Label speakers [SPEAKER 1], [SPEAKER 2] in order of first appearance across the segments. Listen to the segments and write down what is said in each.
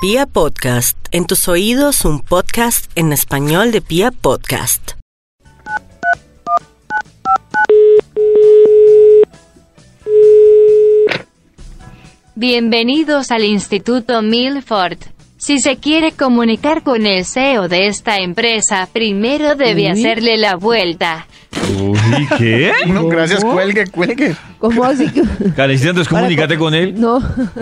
[SPEAKER 1] Pia Podcast, en tus oídos un podcast en español de Pia Podcast.
[SPEAKER 2] Bienvenidos al Instituto Milford. Si se quiere comunicar con el CEO de esta empresa, primero debe hacerle la vuelta.
[SPEAKER 3] Uy, ¿qué?
[SPEAKER 4] No, gracias, cuelgue, cuelgue.
[SPEAKER 5] ¿Cómo así? que-
[SPEAKER 3] Karencita, entonces
[SPEAKER 5] Para
[SPEAKER 3] comunícate
[SPEAKER 5] co-
[SPEAKER 3] con él.
[SPEAKER 5] No.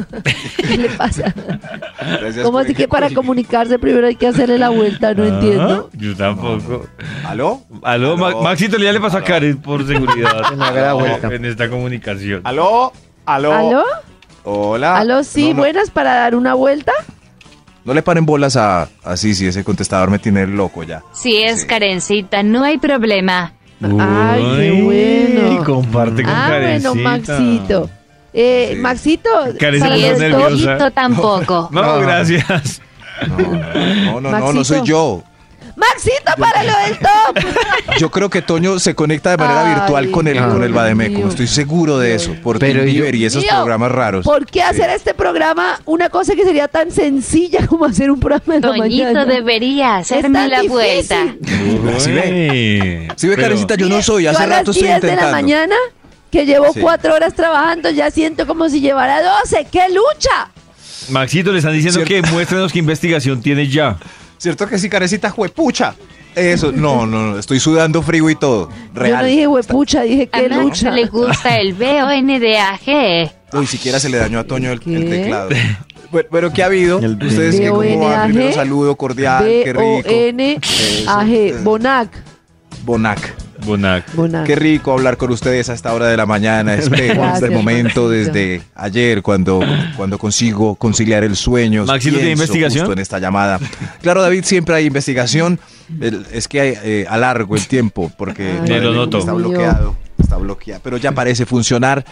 [SPEAKER 5] ¿Qué le pasa?
[SPEAKER 4] Gracias,
[SPEAKER 5] ¿Cómo así
[SPEAKER 4] cuelgue,
[SPEAKER 5] que para
[SPEAKER 4] cuelgue.
[SPEAKER 5] comunicarse primero hay que hacerle la vuelta? No entiendo.
[SPEAKER 3] Ah, Yo tampoco.
[SPEAKER 4] ¿Aló?
[SPEAKER 3] Aló, Ma-
[SPEAKER 4] Aló.
[SPEAKER 3] Maxito, ya le pasó a Karen por seguridad.
[SPEAKER 4] haga la
[SPEAKER 3] No,
[SPEAKER 4] vuelta.
[SPEAKER 3] En esta comunicación.
[SPEAKER 4] ¿Aló? ¿Aló?
[SPEAKER 5] ¿Aló?
[SPEAKER 4] Hola.
[SPEAKER 5] ¿Aló? Sí,
[SPEAKER 4] Ah, No, no,
[SPEAKER 5] buenas para dar una vuelta.
[SPEAKER 6] No le paren bolas a, a Sisi, ese contestador me tiene loco ya.
[SPEAKER 2] Si es
[SPEAKER 6] Sí.
[SPEAKER 2] Karencita, no hay problema.
[SPEAKER 5] Ay, qué
[SPEAKER 3] Uy,
[SPEAKER 5] bueno.
[SPEAKER 3] Comparte con
[SPEAKER 5] Ah,
[SPEAKER 3] Karencita.
[SPEAKER 5] bueno, Maxito. Eh,
[SPEAKER 6] Sí.
[SPEAKER 5] Maxito,
[SPEAKER 3] Karencita
[SPEAKER 2] Si
[SPEAKER 3] Esa
[SPEAKER 2] es
[SPEAKER 3] está nerviosa.
[SPEAKER 2] poquito, tampoco.
[SPEAKER 3] No, gracias.
[SPEAKER 6] No, no, no, no, no,
[SPEAKER 5] Maxito.
[SPEAKER 6] no soy yo.
[SPEAKER 5] Maxito para lo del top.
[SPEAKER 6] Yo creo que Toño se conecta de manera
[SPEAKER 5] Ay,
[SPEAKER 6] virtual con el, con el
[SPEAKER 5] Dios mío.
[SPEAKER 6] Bademecum, estoy seguro de eso, por
[SPEAKER 4] Pero
[SPEAKER 6] Tim
[SPEAKER 4] yo-
[SPEAKER 6] Bieber y esos
[SPEAKER 5] Mío,
[SPEAKER 6] programas raros.
[SPEAKER 5] ¿Por qué hacer este programa una cosa que sería tan sencilla como hacer un programa de la mañana?
[SPEAKER 2] Toñito debería
[SPEAKER 5] Es tan
[SPEAKER 2] hacerme la
[SPEAKER 5] difícil.
[SPEAKER 2] vuelta.
[SPEAKER 6] ¿Sí ve? Si ve,
[SPEAKER 3] Pero-
[SPEAKER 6] Karencita, yo no soy,
[SPEAKER 5] Yo
[SPEAKER 6] hace
[SPEAKER 5] a las
[SPEAKER 6] rato estoy
[SPEAKER 5] 10 de la
[SPEAKER 6] intentando.
[SPEAKER 5] mañana, que llevo
[SPEAKER 6] Sí.
[SPEAKER 5] cuatro horas trabajando, ya siento como si llevara 12. ¡Qué lucha!
[SPEAKER 3] Maxito, le están diciendo
[SPEAKER 6] Cierto.
[SPEAKER 3] que muéstrenos qué investigación tiene ya.
[SPEAKER 6] ¿Cierto que sí, Karencita, juepucha? Eso, no, no, no, estoy sudando frío y todo,
[SPEAKER 5] Yo
[SPEAKER 6] real.
[SPEAKER 5] no dije huepucha, dije
[SPEAKER 2] A
[SPEAKER 5] qué
[SPEAKER 2] Max
[SPEAKER 5] lucha.
[SPEAKER 2] le gusta el BONDAG.
[SPEAKER 6] No, ni siquiera se le dañó a Toño el, el
[SPEAKER 5] ¿Qué?
[SPEAKER 6] teclado. Pero, pero ¿qué ha habido? Ustedes que como
[SPEAKER 5] B.O.N.A.G..
[SPEAKER 6] van, primero saludo cordial, qué rico.
[SPEAKER 5] B-O-N-A-G. Bonac.
[SPEAKER 6] Bonac.
[SPEAKER 3] Bonac.
[SPEAKER 5] Bonac.
[SPEAKER 6] Qué rico hablar con ustedes a esta hora de la mañana. Espero
[SPEAKER 5] Gracias,
[SPEAKER 6] desde el momento,
[SPEAKER 5] Maxito.
[SPEAKER 6] desde ayer, cuando, cuando consigo conciliar el sueño.
[SPEAKER 3] Maxito, ¿tiene
[SPEAKER 6] Pienso
[SPEAKER 3] investigación?
[SPEAKER 6] justo en esta llamada. Claro, David, siempre hay investigación. El- es que hay, eh, alargo el tiempo porque
[SPEAKER 5] Ay,
[SPEAKER 3] Me lo noto.
[SPEAKER 6] está bloqueado. Está bloqueado. Pero ya parece funcionar.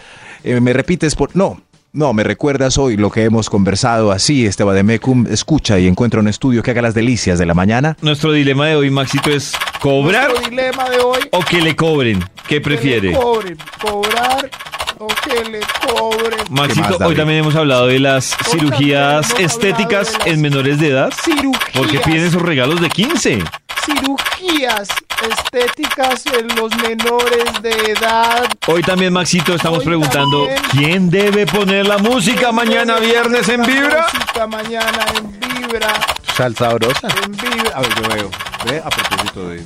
[SPEAKER 6] Eh, me repites por. No. No, me recuerdas hoy lo que hemos conversado así, Esteban de Mecum. Escucha y encuentra un estudio que haga las delicias de la mañana.
[SPEAKER 3] Nuestro dilema de hoy, Maxito, es cobrar
[SPEAKER 4] Nuestro dilema de hoy.
[SPEAKER 3] o que le cobren. ¿Qué
[SPEAKER 4] Que
[SPEAKER 3] prefiere?
[SPEAKER 4] le cobren, cobrar o que le cobren.
[SPEAKER 6] ¿Qué
[SPEAKER 3] Maxito,
[SPEAKER 6] más,
[SPEAKER 3] hoy
[SPEAKER 6] David?
[SPEAKER 3] también hemos hablado de las
[SPEAKER 4] Hoy
[SPEAKER 3] cirugías
[SPEAKER 4] también hemos
[SPEAKER 3] estéticas
[SPEAKER 4] hablado de
[SPEAKER 3] en
[SPEAKER 4] las
[SPEAKER 3] menores de edad.
[SPEAKER 4] Cirugías.
[SPEAKER 3] Porque piden sus regalos de 15.
[SPEAKER 4] Cirugías estéticas en los menores de edad.
[SPEAKER 3] Hoy también, Maxito, estamos
[SPEAKER 4] Hoy
[SPEAKER 3] preguntando
[SPEAKER 4] también.
[SPEAKER 3] quién debe poner la música mañana viernes en
[SPEAKER 4] La
[SPEAKER 3] Vibra.
[SPEAKER 4] música mañana en Vibra.
[SPEAKER 6] Salsabrosa.
[SPEAKER 4] En Vibra.
[SPEAKER 6] A ver, yo veo. Ve, A propósito de.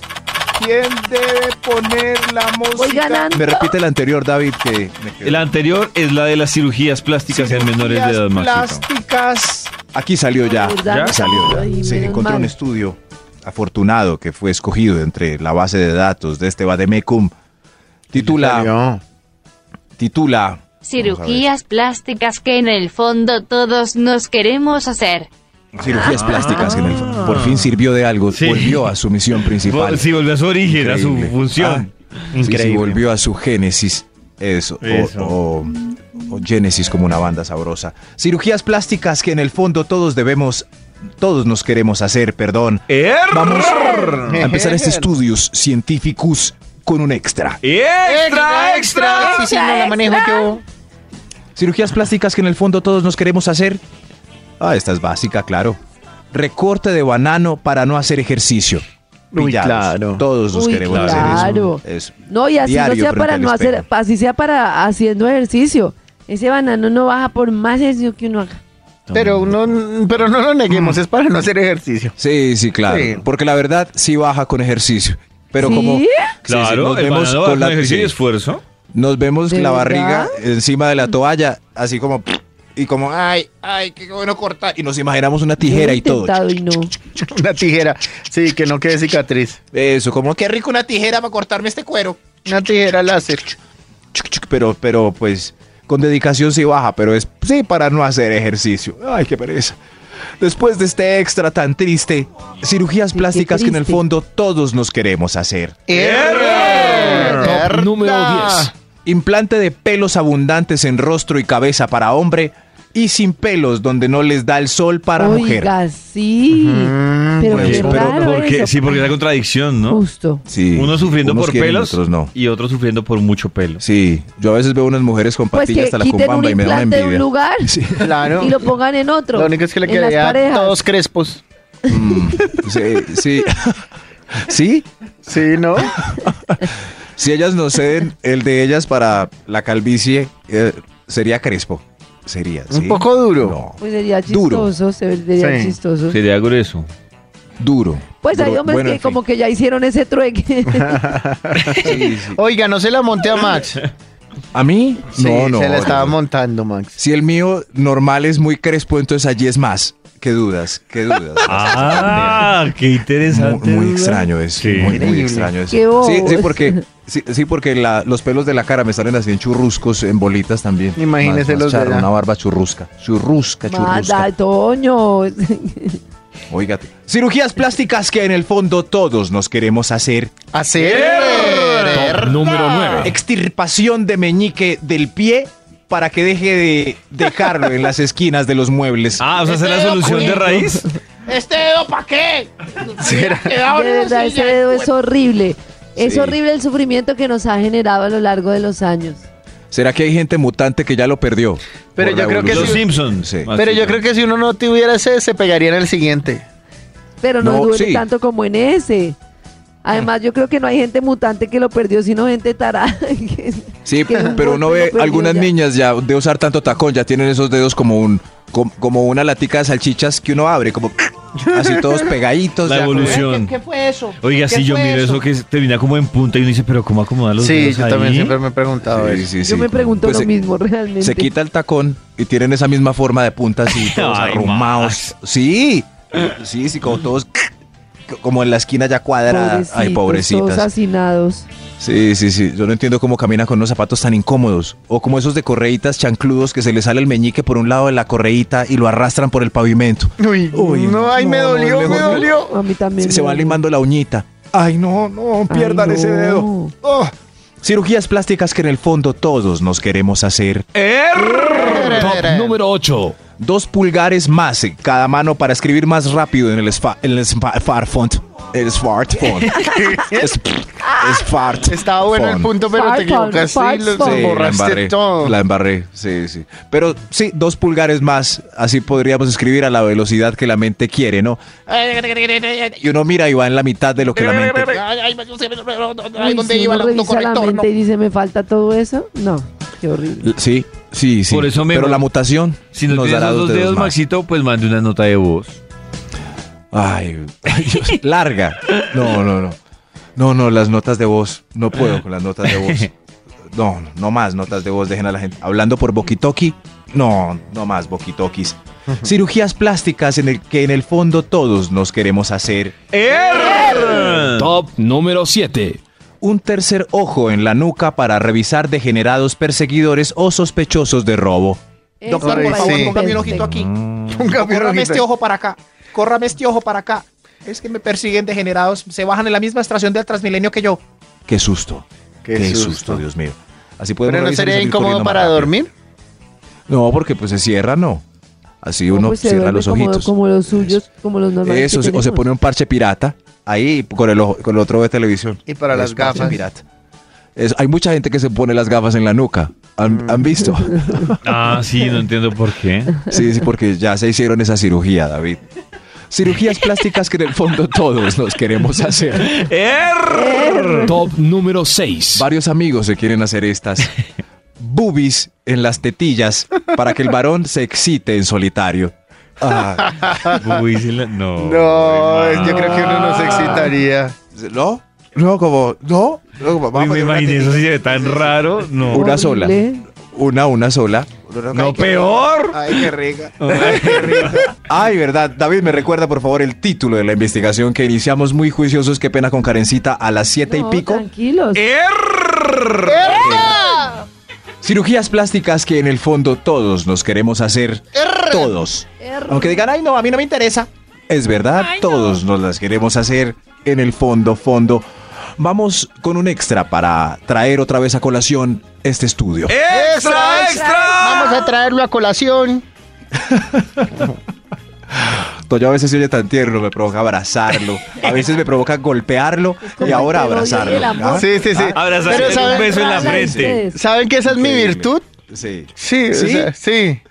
[SPEAKER 4] ¿Quién debe poner la música?
[SPEAKER 5] Voy ganando.
[SPEAKER 6] Me repite el anterior, David, que me quedé.
[SPEAKER 3] La anterior es la de las cirugías plásticas en menores de edad,
[SPEAKER 4] Cirugías
[SPEAKER 3] Maxito.
[SPEAKER 4] Plásticas.
[SPEAKER 6] Aquí salió ya.
[SPEAKER 5] ¿Verdad?
[SPEAKER 3] ¿Ya?
[SPEAKER 6] Salió ya.
[SPEAKER 5] Ay,
[SPEAKER 6] Se
[SPEAKER 5] menos
[SPEAKER 6] encontró
[SPEAKER 5] mal.
[SPEAKER 6] un estudio afortunado que fue escogido entre la base de datos de este Bademecum. Titula. Titula.
[SPEAKER 3] Ah.
[SPEAKER 2] Cirugías plásticas que en el fondo todos nos queremos hacer.
[SPEAKER 6] Cirugías plásticas que en el- por fin sirvió de algo.
[SPEAKER 3] Sí.
[SPEAKER 6] Volvió a su misión principal.
[SPEAKER 3] Si volvió a su origen, a
[SPEAKER 6] Increíble.
[SPEAKER 3] su función.
[SPEAKER 6] Ah, sí, sí, volvió a su génesis. Eso. o-
[SPEAKER 3] Eso.
[SPEAKER 6] O, o génesis como una banda sabrosa. Cirugías plásticas que en el fondo todos debemos. Todos nos queremos hacer, perdón.
[SPEAKER 3] ¡Er!
[SPEAKER 6] Vamos a empezar este estudios científicos con un extra.
[SPEAKER 3] ¡Extra, extra!
[SPEAKER 5] Sí, sí, no la manejo yo.
[SPEAKER 6] Cirugías plásticas que en el fondo todos nos queremos hacer. Ah, esta es básica, claro. Recorte de banano para no hacer ejercicio.
[SPEAKER 4] Uy,
[SPEAKER 6] Pillados.
[SPEAKER 4] claro.
[SPEAKER 6] Todos nos
[SPEAKER 5] Uy,
[SPEAKER 6] queremos hacer
[SPEAKER 5] claro.
[SPEAKER 6] eso. Eso.
[SPEAKER 5] No, y así
[SPEAKER 6] Diario
[SPEAKER 5] no sea
[SPEAKER 6] frente
[SPEAKER 5] para
[SPEAKER 6] al
[SPEAKER 5] no hacer,
[SPEAKER 6] espejo.
[SPEAKER 5] así sea para haciendo ejercicio. Ese banano no baja por más ejercicio que uno haga.
[SPEAKER 7] Pero no, pero no lo neguemos,
[SPEAKER 3] Mm.
[SPEAKER 7] es para no hacer ejercicio.
[SPEAKER 6] Sí, sí, claro.
[SPEAKER 7] Sí.
[SPEAKER 6] Porque la verdad sí baja con ejercicio. Pero
[SPEAKER 5] ¿Sí?
[SPEAKER 6] como. sí, sí,
[SPEAKER 3] Claro, el banano va con ejercicio y
[SPEAKER 6] sí.
[SPEAKER 3] esfuerzo.
[SPEAKER 6] Nos vemos
[SPEAKER 5] ¿De
[SPEAKER 6] la
[SPEAKER 5] verdad?
[SPEAKER 6] barriga encima de la toalla, así como y como ay, ay, qué bueno cortar y nos imaginamos una tijera
[SPEAKER 5] Yo he
[SPEAKER 6] y todo.
[SPEAKER 5] intentado Y no.
[SPEAKER 7] Una tijera. Sí, que no quede cicatriz.
[SPEAKER 6] Eso, como qué rico una tijera para cortarme este cuero.
[SPEAKER 7] Una tijera láser.
[SPEAKER 6] Chuc, chuc, Pero pero pues con dedicación sí baja, pero es sí para no hacer ejercicio. Ay, qué pereza. Después de este extra tan triste, cirugías
[SPEAKER 5] qué
[SPEAKER 6] plásticas que en el
[SPEAKER 5] triste.
[SPEAKER 6] fondo todos nos queremos hacer.
[SPEAKER 7] Número 10.
[SPEAKER 6] y sin pelos, donde no les da el sol para mujer.
[SPEAKER 5] Oiga, sí. pero
[SPEAKER 6] pues,
[SPEAKER 5] qué
[SPEAKER 6] pero
[SPEAKER 5] raro
[SPEAKER 3] Mm, porque,
[SPEAKER 5] eso.
[SPEAKER 3] sí, porque es la contradicción, ¿no?
[SPEAKER 5] Justo.
[SPEAKER 6] Sí,
[SPEAKER 3] Uno sufriendo
[SPEAKER 6] unos
[SPEAKER 3] por
[SPEAKER 6] quieren,
[SPEAKER 3] pelos
[SPEAKER 6] otros no.
[SPEAKER 3] y otro sufriendo por mucho pelo.
[SPEAKER 6] Sí, yo a veces veo unas mujeres con
[SPEAKER 5] Pues
[SPEAKER 6] patillas
[SPEAKER 5] que
[SPEAKER 6] hasta la
[SPEAKER 5] quiten un
[SPEAKER 6] cumbamba y me da una
[SPEAKER 5] implante de un
[SPEAKER 6] envidia.
[SPEAKER 5] lugar
[SPEAKER 6] Sí,
[SPEAKER 7] Claro.
[SPEAKER 5] y lo pongan en otro.
[SPEAKER 7] Lo único es que le
[SPEAKER 5] en las
[SPEAKER 7] quedaría
[SPEAKER 5] parejas.
[SPEAKER 7] todos crespos.
[SPEAKER 6] Mm. sí, sí. Sí,
[SPEAKER 7] Sí, ¿no?
[SPEAKER 6] si ellas no ceden el de ellas para la calvicie, eh, sería crespo. Sería,
[SPEAKER 7] Un
[SPEAKER 6] sí.
[SPEAKER 7] poco duro.
[SPEAKER 6] No,
[SPEAKER 5] Pues sería
[SPEAKER 6] Duro.
[SPEAKER 5] chistoso, se vería
[SPEAKER 7] Sí.
[SPEAKER 5] chistoso.
[SPEAKER 3] Sería grueso.
[SPEAKER 6] duro.
[SPEAKER 5] Pues hay
[SPEAKER 6] Duro.
[SPEAKER 5] hombres
[SPEAKER 6] Bueno,
[SPEAKER 5] que
[SPEAKER 6] en fin.
[SPEAKER 5] como que ya hicieron ese trueque.
[SPEAKER 6] Sí, sí.
[SPEAKER 7] Oiga, no se la monte a Max.
[SPEAKER 6] ¿A mí?
[SPEAKER 7] Sí,
[SPEAKER 6] no, no.
[SPEAKER 7] Se la estaba
[SPEAKER 6] no.
[SPEAKER 7] montando, Max.
[SPEAKER 6] Si el mío normal es muy crespo, entonces allí es más. Qué dudas, qué dudas.
[SPEAKER 3] Ah, qué
[SPEAKER 6] Mu-
[SPEAKER 3] interesante.
[SPEAKER 6] muy,
[SPEAKER 3] duda.
[SPEAKER 6] extraño eso.
[SPEAKER 3] Sí.
[SPEAKER 6] Muy, muy
[SPEAKER 7] Increíble.
[SPEAKER 6] extraño eso.
[SPEAKER 5] Qué bobos.
[SPEAKER 6] sí, sí, porque, sí, sí, porque la- los pelos de la cara me salen así en churruscos, en bolitas también.
[SPEAKER 7] Imagínese los de
[SPEAKER 6] charro,
[SPEAKER 7] allá.
[SPEAKER 6] Una barba churrusca. Churrusca, churrusca.
[SPEAKER 5] Manda, Toño.
[SPEAKER 6] Oígate. Cirugías plásticas que en el fondo todos nos queremos hacer.
[SPEAKER 7] Hacer.
[SPEAKER 8] Número
[SPEAKER 3] Ah.
[SPEAKER 8] 9.
[SPEAKER 6] Extirpación de meñique del pie para que deje de dejarlo en las esquinas de los muebles.
[SPEAKER 3] Ah, o sea, esa es la solución de raíz.
[SPEAKER 4] ¿Este dedo para qué?
[SPEAKER 7] Será.
[SPEAKER 4] Quedado
[SPEAKER 5] de
[SPEAKER 4] en una
[SPEAKER 5] verdad, ese
[SPEAKER 4] silla,
[SPEAKER 5] dedo
[SPEAKER 4] hijo
[SPEAKER 5] es horrible. Es
[SPEAKER 6] Sí.
[SPEAKER 5] horrible el sufrimiento que nos ha generado a lo largo de los años.
[SPEAKER 6] ¿Será que hay gente mutante que ya lo perdió?
[SPEAKER 7] Pero yo creo que
[SPEAKER 3] Los
[SPEAKER 7] sí.
[SPEAKER 3] Simpsons.
[SPEAKER 6] Sí.
[SPEAKER 3] Más
[SPEAKER 7] Pero yo creo que si uno no tuviera ese, se pegaría en el siguiente.
[SPEAKER 5] Pero no,
[SPEAKER 6] No,
[SPEAKER 5] duele
[SPEAKER 6] sí.
[SPEAKER 5] tanto como en ese. Además, yo creo que no hay gente mutante que lo perdió, sino gente tarada. que-
[SPEAKER 6] Sí,
[SPEAKER 5] que un
[SPEAKER 6] pero uno
[SPEAKER 5] golpe lo
[SPEAKER 6] ve
[SPEAKER 5] perdió
[SPEAKER 6] algunas
[SPEAKER 5] ya.
[SPEAKER 6] niñas ya de usar tanto tacón, ya tienen esos dedos como un com- como una latica de salchichas que uno abre, como así todos pegaditos.
[SPEAKER 3] La
[SPEAKER 6] ya, como-
[SPEAKER 3] evolución.
[SPEAKER 4] ¿Qué, qué fue eso?
[SPEAKER 3] Oiga,
[SPEAKER 4] ¿Qué
[SPEAKER 3] sí, yo
[SPEAKER 4] fue
[SPEAKER 3] miro eso que es- termina como en punta y uno dice, pero ¿cómo acomodan los
[SPEAKER 7] Sí,
[SPEAKER 3] dedos
[SPEAKER 7] yo
[SPEAKER 3] ahí?
[SPEAKER 7] también siempre me he preguntado
[SPEAKER 6] Sí,
[SPEAKER 7] eso.
[SPEAKER 6] sí, sí.
[SPEAKER 5] Yo me pregunto
[SPEAKER 6] Pues
[SPEAKER 5] lo
[SPEAKER 6] se-
[SPEAKER 5] mismo realmente.
[SPEAKER 6] Se quita el tacón y tienen esa misma forma de punta así, todos
[SPEAKER 3] Ay,
[SPEAKER 6] arrumados. Sí, sí, sí, como todos como en la esquina ya cuadrada. Ay,
[SPEAKER 5] Pobrecitos, todos
[SPEAKER 6] pobrecitas.
[SPEAKER 5] hacinados.
[SPEAKER 6] Sí, sí, sí. Yo no entiendo cómo caminan con unos zapatos tan incómodos. O como esos de correitas chancludos que se les sale el meñique por un lado de la correíta y lo arrastran por el pavimento.
[SPEAKER 7] Uy,
[SPEAKER 6] Uy,
[SPEAKER 7] no, ay, me
[SPEAKER 6] no, no,
[SPEAKER 7] dolió,
[SPEAKER 6] lejos
[SPEAKER 7] me
[SPEAKER 6] no.
[SPEAKER 7] dolió.
[SPEAKER 5] A mí también.
[SPEAKER 6] Se, se
[SPEAKER 5] me
[SPEAKER 6] va
[SPEAKER 5] duele.
[SPEAKER 6] limando la uñita. Ay, no, no,
[SPEAKER 5] Ay,
[SPEAKER 6] pierdan ese
[SPEAKER 5] no.
[SPEAKER 6] dedo. Oh. Cirugías plásticas que en el fondo todos nos queremos hacer.
[SPEAKER 8] Top número 8.
[SPEAKER 6] Dos pulgares más en cada mano para escribir más rápido en el, sfa- en el sfa- smartphone. El smartphone. Es- smartphone.
[SPEAKER 7] Estaba bueno el punto, pero te
[SPEAKER 5] Fartphone,
[SPEAKER 7] equivocaste y lo
[SPEAKER 5] fartphone.
[SPEAKER 6] Sí, la
[SPEAKER 7] borraste
[SPEAKER 6] embarré,
[SPEAKER 7] todo.
[SPEAKER 6] La embarré, sí, sí. Pero sí, dos pulgares más, así podríamos escribir a la velocidad que la mente quiere, ¿no?
[SPEAKER 4] Ay,
[SPEAKER 6] Y uno mira y va en la mitad de lo que la mente.
[SPEAKER 4] ay, yo sé, pero, pero, pero,
[SPEAKER 5] Uy,
[SPEAKER 4] ay, ¿Dónde
[SPEAKER 5] si
[SPEAKER 4] iba el
[SPEAKER 5] uno revisa la
[SPEAKER 4] autocorrector?
[SPEAKER 5] mente
[SPEAKER 4] No.
[SPEAKER 5] y dice, ¿me falta todo eso? No, qué horrible.
[SPEAKER 6] Sí, sí, sí.
[SPEAKER 3] Por eso mismo.
[SPEAKER 6] Pero la mutación
[SPEAKER 3] Si nos,
[SPEAKER 6] nos
[SPEAKER 3] tiene
[SPEAKER 6] dará
[SPEAKER 3] esos
[SPEAKER 6] dos dedos, más.
[SPEAKER 3] Maxito, pues mande una nota de voz.
[SPEAKER 6] Ay, ay, Dios, larga. No, no, no. No, no, las notas de voz. No puedo con las notas de voz. No, no, no más notas de voz, dejen a la gente. Hablando por boquitoki. No, no más boquitokis. Cirugías plásticas en el que en el fondo todos nos queremos hacer.
[SPEAKER 8] Top número 7.
[SPEAKER 6] Un tercer ojo en la nuca para revisar degenerados perseguidores o sospechosos de robo.
[SPEAKER 4] Doctor, por
[SPEAKER 7] Ay,
[SPEAKER 4] favor,
[SPEAKER 7] sí.
[SPEAKER 4] póngame un ojito aquí.
[SPEAKER 7] Póngame un
[SPEAKER 4] Córrame
[SPEAKER 7] ojito.
[SPEAKER 4] este ojo para acá. Córrame este ojo para acá. Es que me persiguen degenerados. Se bajan en la misma estación del Transmilenio que yo.
[SPEAKER 6] Qué susto.
[SPEAKER 7] Qué
[SPEAKER 6] Qué,
[SPEAKER 7] susto.
[SPEAKER 6] susto. Dios mío. Así podemos
[SPEAKER 7] Pero no
[SPEAKER 6] revisar y
[SPEAKER 7] sería
[SPEAKER 6] salir
[SPEAKER 7] incómodo
[SPEAKER 6] corriendo más
[SPEAKER 7] para
[SPEAKER 6] rápido.
[SPEAKER 7] dormir.
[SPEAKER 6] No, porque pues se cierra, no. Así uno
[SPEAKER 5] No, pues se
[SPEAKER 6] cierra
[SPEAKER 5] duerme
[SPEAKER 6] los
[SPEAKER 5] como,
[SPEAKER 6] ojitos.
[SPEAKER 5] Como los suyos, como los normales.
[SPEAKER 6] Eso,
[SPEAKER 5] que
[SPEAKER 6] sí, o se
[SPEAKER 5] tenemos.
[SPEAKER 6] pone un parche pirata ahí con el, ojo- con el otro de televisión.
[SPEAKER 7] Y para las
[SPEAKER 6] Los parches
[SPEAKER 7] gafas.
[SPEAKER 6] pirata. Es- hay mucha gente que se pone las gafas en la nuca. ¿Han,
[SPEAKER 7] Mm.
[SPEAKER 6] han visto?
[SPEAKER 3] Ah, sí, no entiendo por qué.
[SPEAKER 6] sí, sí, porque ya se hicieron esa cirugía, David. Cirugías plásticas que en el fondo todos nos queremos hacer.
[SPEAKER 8] Top número 6.
[SPEAKER 6] Varios amigos se quieren hacer estas boobies en las tetillas para que el varón se excite en solitario. Ah,
[SPEAKER 3] Uy, sí la- no.
[SPEAKER 7] No,
[SPEAKER 3] Ay,
[SPEAKER 7] yo creo que uno
[SPEAKER 6] Ah.
[SPEAKER 7] no se excitaría.
[SPEAKER 6] ¿No? No, como, no. no, como,
[SPEAKER 3] Uy,
[SPEAKER 6] vamos
[SPEAKER 3] me
[SPEAKER 6] a
[SPEAKER 3] imaginé
[SPEAKER 6] poner
[SPEAKER 3] eso
[SPEAKER 6] una
[SPEAKER 3] si se ve tan raro. No.
[SPEAKER 6] Una sola.
[SPEAKER 5] Horrible.
[SPEAKER 6] Una, una sola.
[SPEAKER 3] No, peor.
[SPEAKER 6] Ah,
[SPEAKER 7] Ay, qué rica.
[SPEAKER 6] Ay, verdad. David, me recuerda, por favor, el título de la investigación que iniciamos muy juiciosos. Qué pena con Karencita a las siete
[SPEAKER 5] No,
[SPEAKER 6] y pico.
[SPEAKER 5] Tranquilos.
[SPEAKER 6] Cirugías plásticas que en el fondo todos nos queremos hacer. Todos. Aunque digan, ay, no, a mí no me interesa. Es verdad, todos nos las queremos hacer en el fondo, fondo. Vamos con un extra para traer otra vez a colación este estudio.
[SPEAKER 7] Vamos a traerlo a colación.
[SPEAKER 6] Toyo a veces se oye tan tierno, me provoca abrazarlo. A veces me provoca golpearlo y
[SPEAKER 5] como
[SPEAKER 6] ahora
[SPEAKER 5] entre el odio y
[SPEAKER 6] abrazarlo.
[SPEAKER 5] el amor.
[SPEAKER 6] ¿ah?
[SPEAKER 7] Sí, sí, sí.
[SPEAKER 3] Abrazar
[SPEAKER 7] Pero
[SPEAKER 3] con un
[SPEAKER 7] saben,
[SPEAKER 3] beso en la
[SPEAKER 5] Abrazar
[SPEAKER 3] frente.
[SPEAKER 5] ustedes.
[SPEAKER 7] ¿saben que esa es mi
[SPEAKER 6] Increíble.
[SPEAKER 7] virtud?
[SPEAKER 6] Sí.
[SPEAKER 7] Sí, o
[SPEAKER 6] ¿Sí?
[SPEAKER 7] sea, sí.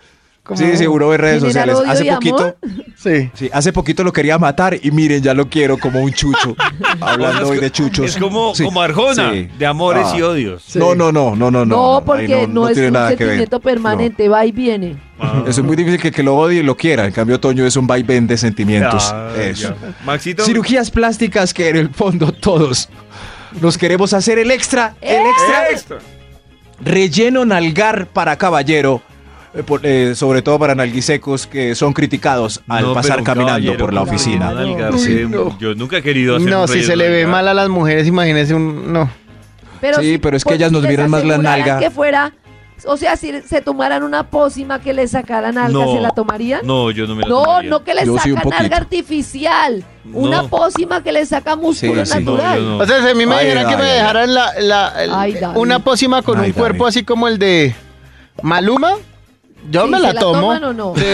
[SPEAKER 7] Como-
[SPEAKER 6] Sí, sí, uno ve redes
[SPEAKER 5] Generar
[SPEAKER 6] sociales.
[SPEAKER 5] odio
[SPEAKER 6] Hace
[SPEAKER 5] y amor.
[SPEAKER 6] poquito,
[SPEAKER 7] Sí.
[SPEAKER 6] sí, hace poquito lo quería matar y miren, ya lo quiero como un chucho. Hablando hoy de chuchos.
[SPEAKER 3] Es como,
[SPEAKER 6] Sí,
[SPEAKER 3] como Arjona,
[SPEAKER 6] sí.
[SPEAKER 3] de amores
[SPEAKER 6] Ah.
[SPEAKER 3] y odios.
[SPEAKER 6] No, no, no, no, no, no.
[SPEAKER 5] No,
[SPEAKER 6] ahí
[SPEAKER 5] porque no, es
[SPEAKER 6] tiene
[SPEAKER 5] un
[SPEAKER 6] nada que ver.
[SPEAKER 5] sentimiento
[SPEAKER 6] No.
[SPEAKER 5] permanente, va y viene.
[SPEAKER 6] Eso es muy difícil que, que lo odie y lo quiera. En cambio, Toño es un vaivén de sentimientos.
[SPEAKER 3] Ah,
[SPEAKER 6] Eso.
[SPEAKER 3] ya. Maxito.
[SPEAKER 6] Cirugías plásticas que en el fondo todos nos queremos hacer el extra, el extra. Relleno nalgar para caballero. eh, por- eh, sobre todo para nalguisecos que son criticados al
[SPEAKER 3] No,
[SPEAKER 6] pasar
[SPEAKER 3] pero un
[SPEAKER 6] caminando
[SPEAKER 3] caballero
[SPEAKER 6] por la
[SPEAKER 3] con
[SPEAKER 6] oficina.
[SPEAKER 3] una nalga,
[SPEAKER 7] Uy,
[SPEAKER 3] sí,
[SPEAKER 7] no.
[SPEAKER 3] Yo nunca he querido hacer
[SPEAKER 7] No,
[SPEAKER 3] un
[SPEAKER 7] si
[SPEAKER 3] relleno
[SPEAKER 7] se le ve
[SPEAKER 3] nalga.
[SPEAKER 7] mal a las mujeres, imagínese un... No.
[SPEAKER 5] Pero
[SPEAKER 6] Sí,
[SPEAKER 5] si-
[SPEAKER 6] pero es que
[SPEAKER 5] pues,
[SPEAKER 6] ellas nos
[SPEAKER 5] les
[SPEAKER 6] miran más la
[SPEAKER 5] aseguraran
[SPEAKER 6] nalga.
[SPEAKER 5] que fuera, o sea, si se tomaran una pócima que le sacaran alga,
[SPEAKER 3] No.
[SPEAKER 5] ¿se la tomarían?
[SPEAKER 3] No, yo no me la
[SPEAKER 5] No,
[SPEAKER 3] tomaría.
[SPEAKER 5] no que le
[SPEAKER 6] Yo sí, un
[SPEAKER 5] sacan alga
[SPEAKER 6] poquito.
[SPEAKER 5] artificial, una
[SPEAKER 3] No.
[SPEAKER 5] pócima que le saca músculo
[SPEAKER 6] Sí, sí. No,
[SPEAKER 5] natural.
[SPEAKER 3] yo no.
[SPEAKER 7] O sea, si a mí me
[SPEAKER 6] Ay,
[SPEAKER 7] dijeran
[SPEAKER 6] ay,
[SPEAKER 7] que me
[SPEAKER 6] ay.
[SPEAKER 7] dejaran la, la- el-
[SPEAKER 5] Ay, David.
[SPEAKER 7] una pócima con
[SPEAKER 6] Ay,
[SPEAKER 7] un cuerpo
[SPEAKER 6] David.
[SPEAKER 7] así como el de Maluma, yo
[SPEAKER 5] Sí,
[SPEAKER 7] me
[SPEAKER 5] ¿se
[SPEAKER 7] la tomo.
[SPEAKER 5] toman o no?
[SPEAKER 7] Sí,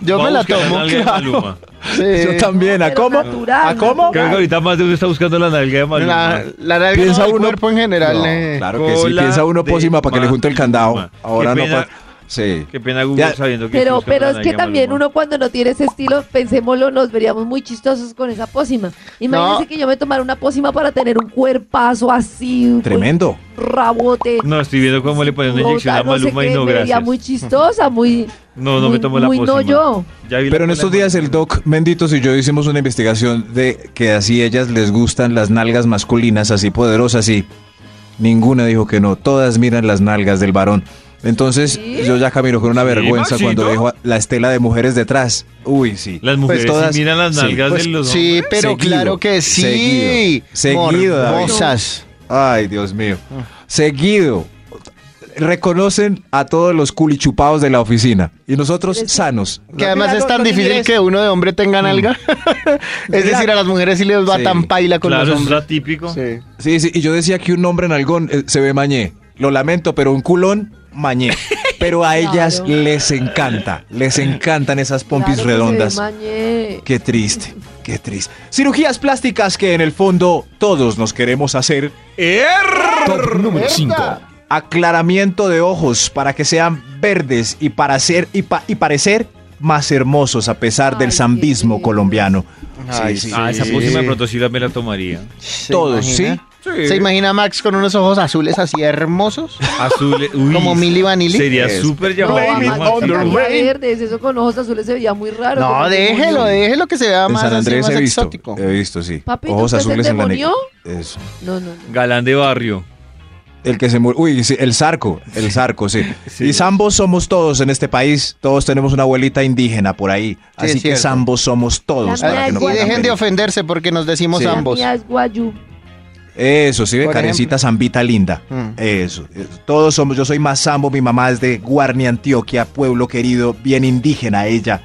[SPEAKER 7] yo
[SPEAKER 3] Va a
[SPEAKER 7] me la
[SPEAKER 3] buscar
[SPEAKER 7] tomo.
[SPEAKER 3] nalga de
[SPEAKER 7] claro.
[SPEAKER 3] Maluma.
[SPEAKER 7] Sí.
[SPEAKER 6] Yo también, ¿a
[SPEAKER 5] Pero
[SPEAKER 6] cómo?
[SPEAKER 5] natural,
[SPEAKER 6] ¿A cómo?
[SPEAKER 5] natural.
[SPEAKER 3] Creo que ahorita más de uno está buscando la nalga de Maluma.
[SPEAKER 7] La, la nalga
[SPEAKER 6] Piensa
[SPEAKER 7] no, el
[SPEAKER 6] uno-
[SPEAKER 7] cuerpo en general.
[SPEAKER 6] No,
[SPEAKER 7] eh.
[SPEAKER 6] claro que sí,
[SPEAKER 3] Cola
[SPEAKER 6] piensa uno
[SPEAKER 3] de
[SPEAKER 6] pócima para que le junte el candado.
[SPEAKER 3] Maluma.
[SPEAKER 6] Ahora
[SPEAKER 3] Qué
[SPEAKER 6] no.
[SPEAKER 3] pena-
[SPEAKER 6] pa- Sí.
[SPEAKER 3] Qué pena Google
[SPEAKER 6] Ya.
[SPEAKER 3] sabiendo que
[SPEAKER 5] Pero,
[SPEAKER 3] busca
[SPEAKER 5] pero
[SPEAKER 3] la
[SPEAKER 5] es que
[SPEAKER 3] nalga de
[SPEAKER 5] también
[SPEAKER 3] Maluma.
[SPEAKER 5] uno cuando no tiene ese estilo, pensémoslo, nos veríamos muy chistosos con esa pócima. Imagínense
[SPEAKER 7] No.
[SPEAKER 5] que yo me tomara una pócima para tener un cuerpazo así, un
[SPEAKER 6] Tremendo.
[SPEAKER 5] rabote.
[SPEAKER 3] No, estoy viendo cómo le ponen una inyección a
[SPEAKER 5] cinturota, no sé
[SPEAKER 3] Maluma y
[SPEAKER 5] qué,
[SPEAKER 3] no,
[SPEAKER 5] me vería
[SPEAKER 3] gracias.
[SPEAKER 5] muy chistosa, muy...
[SPEAKER 3] No, no me
[SPEAKER 5] muy-
[SPEAKER 3] tomo la
[SPEAKER 5] muy
[SPEAKER 3] pócima.
[SPEAKER 5] no yo.
[SPEAKER 3] Ya vi la
[SPEAKER 6] Pero en
[SPEAKER 3] cola
[SPEAKER 6] estos
[SPEAKER 3] de
[SPEAKER 6] días el
[SPEAKER 3] Maluma.
[SPEAKER 6] Doc Menditos y yo hicimos una investigación de que así ellas les gustan las nalgas masculinas, así poderosas, y ninguna dijo que no. Todas miran las nalgas del varón. Entonces yo ya camino con una vergüenza
[SPEAKER 3] Maxito.
[SPEAKER 6] cuando dejo a- la estela de mujeres detrás. Uy, sí. Pues
[SPEAKER 3] Las mujeres sí miran las nalgas
[SPEAKER 7] Pues
[SPEAKER 3] de los
[SPEAKER 7] sí,
[SPEAKER 3] hombres.
[SPEAKER 7] pero
[SPEAKER 6] Seguido,
[SPEAKER 7] claro que sí.
[SPEAKER 6] seguido, seguido, David.
[SPEAKER 7] Morbosas.
[SPEAKER 6] Ay, Dios mío.
[SPEAKER 3] Ah.
[SPEAKER 6] Seguido. Reconocen a todos los culichupados de la oficina. Y nosotros sanos.
[SPEAKER 7] Que además
[SPEAKER 6] Mira,
[SPEAKER 7] es
[SPEAKER 6] los-
[SPEAKER 7] tan
[SPEAKER 6] los
[SPEAKER 7] difícil
[SPEAKER 6] ingleses-
[SPEAKER 7] que uno de hombre tenga nalga. es decir, a las mujeres sí les
[SPEAKER 6] Mm.
[SPEAKER 7] va
[SPEAKER 6] Sí.
[SPEAKER 7] tan paila con
[SPEAKER 3] Claro,
[SPEAKER 7] los
[SPEAKER 3] eso es
[SPEAKER 7] hombres.
[SPEAKER 3] atípico.
[SPEAKER 7] Sí.
[SPEAKER 6] Sí, sí, y yo decía que un hombre en algón eh, se ve mañé. Lo lamento, pero un culón mañé. Pero a ellas
[SPEAKER 5] Claro.
[SPEAKER 6] les encanta, les encantan esas pompis
[SPEAKER 5] Claro que se
[SPEAKER 6] redondas.
[SPEAKER 5] mañe.
[SPEAKER 6] Qué triste, qué triste. Cirugías plásticas que en el fondo todos nos queremos hacer.
[SPEAKER 8] Top número 5.
[SPEAKER 6] Aclaramiento de ojos para que sean verdes y para ser y, pa- y parecer más hermosos a pesar
[SPEAKER 5] Ay,
[SPEAKER 6] del
[SPEAKER 5] qué
[SPEAKER 6] zambismo
[SPEAKER 5] lindo.
[SPEAKER 6] colombiano.
[SPEAKER 7] Ay,
[SPEAKER 6] sí,
[SPEAKER 3] Ah, esa
[SPEAKER 7] Sí.
[SPEAKER 3] pócima de pronto sí la me la tomaría.
[SPEAKER 7] ¿Se
[SPEAKER 6] Todos,
[SPEAKER 7] imagina? ¿Se imagina a Max con unos ojos azules así hermosos?
[SPEAKER 3] Azul, eh, uy,
[SPEAKER 7] Como Milli Vanilli.
[SPEAKER 3] Sería
[SPEAKER 6] Es-
[SPEAKER 3] súper
[SPEAKER 5] No,
[SPEAKER 3] llamativo.
[SPEAKER 5] a Max
[SPEAKER 3] Maxito.
[SPEAKER 5] le tocaría verdes, eso con ojos azules se veía muy raro. como
[SPEAKER 7] No,
[SPEAKER 5] un
[SPEAKER 7] déjelo,
[SPEAKER 5] demonio.
[SPEAKER 7] déjelo que se vea
[SPEAKER 6] En
[SPEAKER 7] más,
[SPEAKER 6] San
[SPEAKER 7] así,
[SPEAKER 6] Andrés
[SPEAKER 7] más
[SPEAKER 6] he visto, eh,
[SPEAKER 7] exótico.
[SPEAKER 6] he visto, sí.
[SPEAKER 5] Papito,
[SPEAKER 6] ojos
[SPEAKER 5] ¿usted se
[SPEAKER 6] azules en la negra.
[SPEAKER 5] endemonió?
[SPEAKER 6] Eso.
[SPEAKER 5] No, no, no.
[SPEAKER 3] Galán de barrio.
[SPEAKER 6] El que se murió. Uy, sí, el zarco. El zarco, sí.
[SPEAKER 3] Sí.
[SPEAKER 6] Y zambos somos todos en este país. Todos tenemos una abuelita indígena por ahí. Así
[SPEAKER 7] es
[SPEAKER 6] que
[SPEAKER 7] cierto.
[SPEAKER 6] zambos somos todos.
[SPEAKER 5] La
[SPEAKER 6] para que no
[SPEAKER 5] mía
[SPEAKER 7] y
[SPEAKER 5] es
[SPEAKER 6] puedan
[SPEAKER 7] dejen de
[SPEAKER 6] venir.
[SPEAKER 7] ofenderse porque nos decimos
[SPEAKER 6] Sí.
[SPEAKER 5] La
[SPEAKER 7] ambos.
[SPEAKER 5] mía es guayú.
[SPEAKER 6] Eso, sí, ve,
[SPEAKER 7] Por
[SPEAKER 6] carecita zambita linda.
[SPEAKER 7] Mm.
[SPEAKER 6] Eso. eh, Todos somos. Yo soy más zambo. Mi mamá es de Guarni, Antioquia, pueblo querido, bien indígena ella.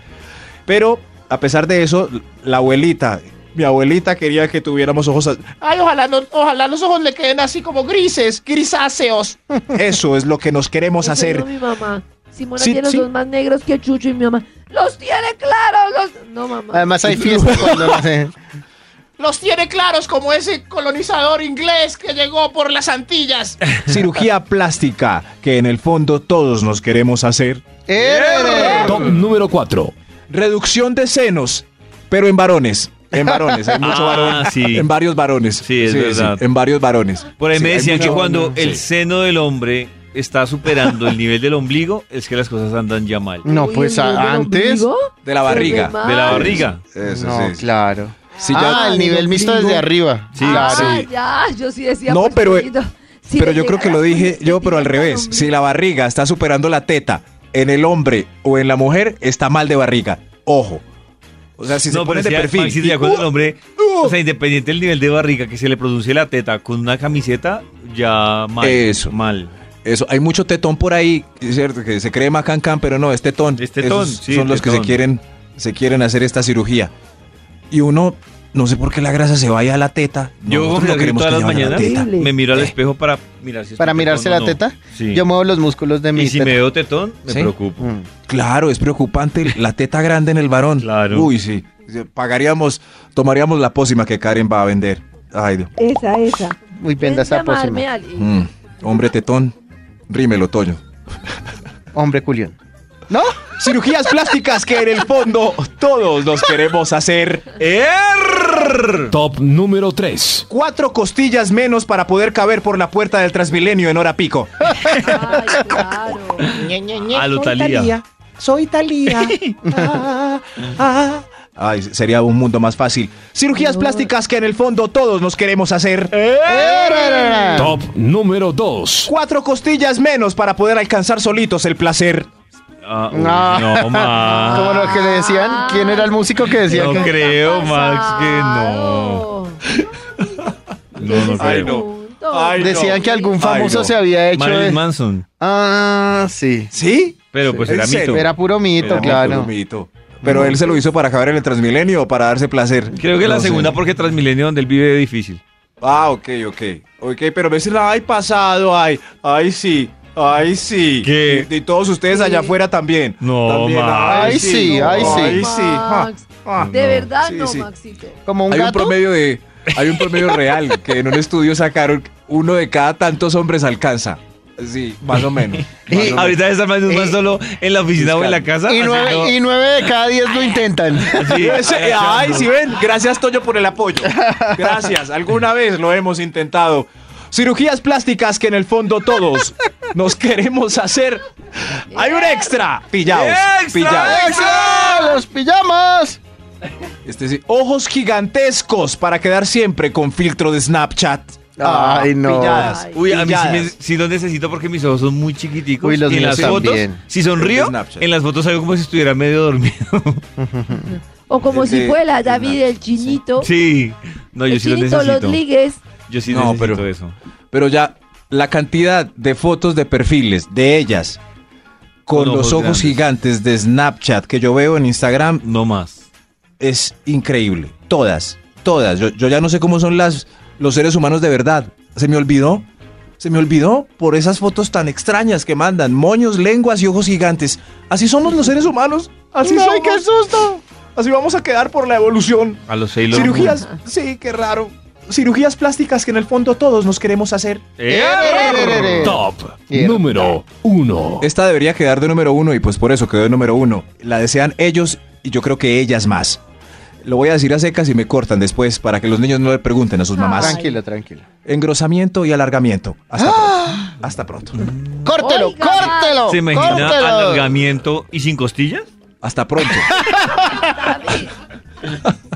[SPEAKER 6] Pero a pesar de eso, la abuelita. Mi abuelita quería que tuviéramos ojos. az-
[SPEAKER 4] Ay, ojalá, no, ojalá los ojos le queden así como grises, grisáceos.
[SPEAKER 6] Eso es lo que nos queremos
[SPEAKER 5] Eso
[SPEAKER 6] hacer.
[SPEAKER 5] dijo mi mamá. Simona
[SPEAKER 6] Sí,
[SPEAKER 5] tiene los
[SPEAKER 6] sí.
[SPEAKER 5] dos más negros que Chucho y mi mamá. ¡Los tiene claros! Los... No, mamá.
[SPEAKER 7] Además hay fiestas cuando las- eh,
[SPEAKER 4] Los tiene claros como ese colonizador inglés que llegó por las Antillas.
[SPEAKER 6] cirugía plástica que en el fondo todos nos queremos hacer.
[SPEAKER 7] ¡Eh!
[SPEAKER 8] Top número 4.
[SPEAKER 6] Reducción de senos, pero en varones. En varones, hay mucho
[SPEAKER 3] Ah,
[SPEAKER 6] varón.
[SPEAKER 3] sí.
[SPEAKER 6] En varios varones.
[SPEAKER 3] Sí, es verdad.
[SPEAKER 6] en varios varones.
[SPEAKER 3] Por ahí
[SPEAKER 6] Sí,
[SPEAKER 3] me
[SPEAKER 6] hay
[SPEAKER 3] decían que
[SPEAKER 6] mucho-
[SPEAKER 3] cuando el
[SPEAKER 6] sí.
[SPEAKER 3] seno del hombre está superando el nivel del ombligo, es que las cosas andan ya mal.
[SPEAKER 7] No,
[SPEAKER 5] Uy,
[SPEAKER 7] pues
[SPEAKER 5] el nivel
[SPEAKER 7] a-
[SPEAKER 5] del
[SPEAKER 7] antes.
[SPEAKER 5] ombligo
[SPEAKER 6] De la
[SPEAKER 5] se ve
[SPEAKER 6] barriga,
[SPEAKER 5] mal.
[SPEAKER 3] De la barriga.
[SPEAKER 6] Eso,
[SPEAKER 7] no,
[SPEAKER 6] sí, sí.
[SPEAKER 7] claro.
[SPEAKER 6] Sí, ya-
[SPEAKER 7] ah, el nivel mixto desde arriba.
[SPEAKER 3] Sí,
[SPEAKER 5] ah,
[SPEAKER 7] claro.
[SPEAKER 5] ya, yo sí decía.
[SPEAKER 6] No,
[SPEAKER 5] pues,
[SPEAKER 6] pero-
[SPEAKER 5] poquito. Si
[SPEAKER 6] pero
[SPEAKER 5] le
[SPEAKER 6] yo creo que
[SPEAKER 5] llegara
[SPEAKER 6] lo
[SPEAKER 5] con
[SPEAKER 6] dije
[SPEAKER 5] este
[SPEAKER 6] yo, pero al
[SPEAKER 5] tipo de
[SPEAKER 6] revés.
[SPEAKER 5] hombre,
[SPEAKER 6] Si la barriga está superando la teta en el hombre o en la mujer, está mal de barriga. Ojo. O sea, si se
[SPEAKER 3] no, pero
[SPEAKER 6] ponen de
[SPEAKER 3] decía,
[SPEAKER 6] perfil.
[SPEAKER 3] Maxi,
[SPEAKER 6] y-
[SPEAKER 3] de acuerdo al
[SPEAKER 6] ¡Uh!
[SPEAKER 3] hombre, o sea, independiente del nivel de barriga que se le produce la teta con una camiseta, ya mal.
[SPEAKER 6] Eso.
[SPEAKER 3] Mal.
[SPEAKER 6] Eso, hay mucho tetón por ahí, es cierto, que se cree macancán, pero no, es tetón.
[SPEAKER 3] Es tetón,
[SPEAKER 6] Esos
[SPEAKER 3] sí,
[SPEAKER 6] son los que se
[SPEAKER 3] tetón.
[SPEAKER 6] quieren, se quieren hacer esta cirugía. Y uno, No sé por qué la grasa se vaya a la teta.
[SPEAKER 3] Yo me
[SPEAKER 6] Nosotros no
[SPEAKER 3] grito
[SPEAKER 6] queremos
[SPEAKER 3] todas
[SPEAKER 6] que
[SPEAKER 3] las
[SPEAKER 6] se vaya a la
[SPEAKER 3] mañanas,
[SPEAKER 6] teta.
[SPEAKER 5] Horrible.
[SPEAKER 3] me miro al
[SPEAKER 6] Eh.
[SPEAKER 3] espejo para mirar si estoy
[SPEAKER 7] Para
[SPEAKER 3] tetón
[SPEAKER 7] mirarse
[SPEAKER 3] o
[SPEAKER 7] la
[SPEAKER 3] no.
[SPEAKER 7] teta,
[SPEAKER 3] Sí.
[SPEAKER 7] yo muevo los músculos de mi
[SPEAKER 3] y si
[SPEAKER 7] teta.
[SPEAKER 3] me veo tetón, me
[SPEAKER 6] ¿Sí?
[SPEAKER 3] preocupo.
[SPEAKER 7] Mm.
[SPEAKER 6] Claro, es preocupante la teta grande en el varón.
[SPEAKER 3] Claro.
[SPEAKER 6] Uy, sí. Pagaríamos, tomaríamos la pócima que Karen va a vender. Ay, Dios.
[SPEAKER 5] Esa, esa.
[SPEAKER 7] Uy, venda
[SPEAKER 5] Puedes
[SPEAKER 7] esa
[SPEAKER 5] llamarme,
[SPEAKER 7] pócima.
[SPEAKER 5] Ali.
[SPEAKER 6] Mm, Hombre tetón, rímelo, Toño.
[SPEAKER 7] Hombre culión. ¿No?
[SPEAKER 6] Cirugías plásticas que en el fondo todos nos queremos hacer. ¡Er!
[SPEAKER 8] Top número 3.
[SPEAKER 6] Cuatro costillas menos para poder caber por la puerta del Transmilenio en hora pico.
[SPEAKER 5] Ay, claro.
[SPEAKER 3] A lo Talía.
[SPEAKER 4] Soy Talía.
[SPEAKER 6] Ay, sería un mundo más fácil. Cirugías plásticas que en el fondo todos nos queremos hacer.
[SPEAKER 8] Top número 2.
[SPEAKER 6] Cuatro costillas menos para poder alcanzar solitos el placer.
[SPEAKER 3] Ah, uy,
[SPEAKER 7] No.
[SPEAKER 3] no,
[SPEAKER 7] Como
[SPEAKER 3] Max.
[SPEAKER 7] lo que le
[SPEAKER 5] Ah.
[SPEAKER 7] decían, ¿quién era el músico que decía
[SPEAKER 3] No
[SPEAKER 7] que
[SPEAKER 3] creo, Max, que no. No, no
[SPEAKER 6] Ay,
[SPEAKER 3] creo.
[SPEAKER 6] Ay, no.
[SPEAKER 7] decían que algún famoso
[SPEAKER 6] Ay, no.
[SPEAKER 7] se había hecho
[SPEAKER 3] Marilyn
[SPEAKER 7] de-
[SPEAKER 3] Manson.
[SPEAKER 7] Ah, sí.
[SPEAKER 6] ¿Sí?
[SPEAKER 3] Pero pues
[SPEAKER 6] ¿En
[SPEAKER 3] era
[SPEAKER 6] serio?
[SPEAKER 3] mito.
[SPEAKER 7] Era puro mito,
[SPEAKER 6] Era
[SPEAKER 7] claro.
[SPEAKER 6] un mito. Pero él se lo hizo para caber en el Transmilenio o para darse placer.
[SPEAKER 3] Creo que la
[SPEAKER 6] No sé.
[SPEAKER 3] segunda, porque Transmilenio, donde él vive, es difícil.
[SPEAKER 6] Ah, ok, ok. Ok, pero me dicen, ay, pasado, ay, ay, sí, ay, sí.
[SPEAKER 3] ¿Qué?
[SPEAKER 6] Y, y todos ustedes allá afuera también.
[SPEAKER 3] No,
[SPEAKER 6] También,
[SPEAKER 3] Max.
[SPEAKER 7] Ay, sí, ay, sí.
[SPEAKER 6] Ay, sí. Ja.
[SPEAKER 5] Max,
[SPEAKER 6] Ah,
[SPEAKER 5] De
[SPEAKER 3] no.
[SPEAKER 5] verdad
[SPEAKER 6] Sí,
[SPEAKER 5] no,
[SPEAKER 6] sí.
[SPEAKER 5] Maxito.
[SPEAKER 7] Como un
[SPEAKER 6] Hay un
[SPEAKER 7] gato.
[SPEAKER 6] promedio de, hay un promedio real que en un estudio sacaron uno de cada tantos hombres alcanza. Sí, más o menos. más o menos.
[SPEAKER 3] Ahorita está más
[SPEAKER 7] Eh,
[SPEAKER 3] solo en la oficina o en la casa.
[SPEAKER 7] y,
[SPEAKER 3] haciendo-
[SPEAKER 7] nueve, y nueve de cada diez lo intentan.
[SPEAKER 3] así,
[SPEAKER 6] Ese- ay, si ven, gracias Toño por el apoyo. Gracias, alguna vez lo hemos intentado. Cirugías plásticas que en el fondo todos nos queremos hacer. Hay un extra. Pillaos, pillaos.
[SPEAKER 7] ¡Ah, ¡Los pillamos!
[SPEAKER 6] Este sí, Ojos gigantescos para quedar siempre con filtro de Snapchat. Ah,
[SPEAKER 7] Ay, no.
[SPEAKER 6] Pilladas.
[SPEAKER 5] Ay.
[SPEAKER 3] Uy, a mí sí, me-
[SPEAKER 6] pilladas.
[SPEAKER 3] sí los necesito porque mis ojos son muy chiquiticos.
[SPEAKER 7] Uy, los
[SPEAKER 3] y en
[SPEAKER 7] míos
[SPEAKER 3] las fotos,
[SPEAKER 7] también.
[SPEAKER 3] si
[SPEAKER 6] El
[SPEAKER 3] sonrío,
[SPEAKER 6] de Snapchat.
[SPEAKER 3] en las fotos salgo como si estuviera medio dormido.
[SPEAKER 5] O como
[SPEAKER 6] De-
[SPEAKER 5] si
[SPEAKER 6] de-
[SPEAKER 5] fuera
[SPEAKER 6] de
[SPEAKER 5] David
[SPEAKER 6] Nacho,
[SPEAKER 5] el chinito.
[SPEAKER 3] sí. No, yo
[SPEAKER 5] el
[SPEAKER 3] sí los
[SPEAKER 5] chinito, los
[SPEAKER 3] necesito.
[SPEAKER 5] ligues.
[SPEAKER 3] Yo sí
[SPEAKER 6] No,
[SPEAKER 3] necesito
[SPEAKER 6] pero-
[SPEAKER 3] eso.
[SPEAKER 6] Pero ya la cantidad de fotos de perfiles de ellas con,
[SPEAKER 3] Con
[SPEAKER 6] los
[SPEAKER 3] ojos
[SPEAKER 6] ojos
[SPEAKER 3] grandes.
[SPEAKER 6] gigantes de Snapchat que yo veo en Instagram
[SPEAKER 3] No más.
[SPEAKER 6] es increíble. Todas, todas. Yo, yo ya no sé cómo son las, los seres humanos de verdad. Se me olvidó. Se me olvidó por esas fotos tan extrañas que mandan. Moños, lenguas y ojos gigantes. Así somos los seres humanos. Así
[SPEAKER 7] No,
[SPEAKER 6] somos.
[SPEAKER 7] qué
[SPEAKER 6] susto! Así vamos a quedar por la evolución.
[SPEAKER 3] A los Sailor
[SPEAKER 6] Cirugías, sí, qué raro. Cirugías plásticas que en el fondo todos nos queremos hacer.
[SPEAKER 3] Moon. ¡Eh!
[SPEAKER 8] Top
[SPEAKER 7] Mierda.
[SPEAKER 8] número 1.
[SPEAKER 6] Esta debería quedar de número uno y pues por eso quedó de número uno. La desean ellos y yo creo que ellas más. Lo voy a decir a secas y me cortan después para que los niños no le pregunten a sus mamás.
[SPEAKER 5] Ay.
[SPEAKER 7] Tranquilo, tranquilo.
[SPEAKER 6] Engrosamiento y alargamiento. Hasta pronto. Hasta pronto.
[SPEAKER 7] ¡Córtelo,
[SPEAKER 5] Oiga.
[SPEAKER 7] córtelo!
[SPEAKER 3] ¿Se imagina
[SPEAKER 7] córtelo!
[SPEAKER 3] alargamiento y sin costillas?
[SPEAKER 6] Hasta pronto.
[SPEAKER 5] David.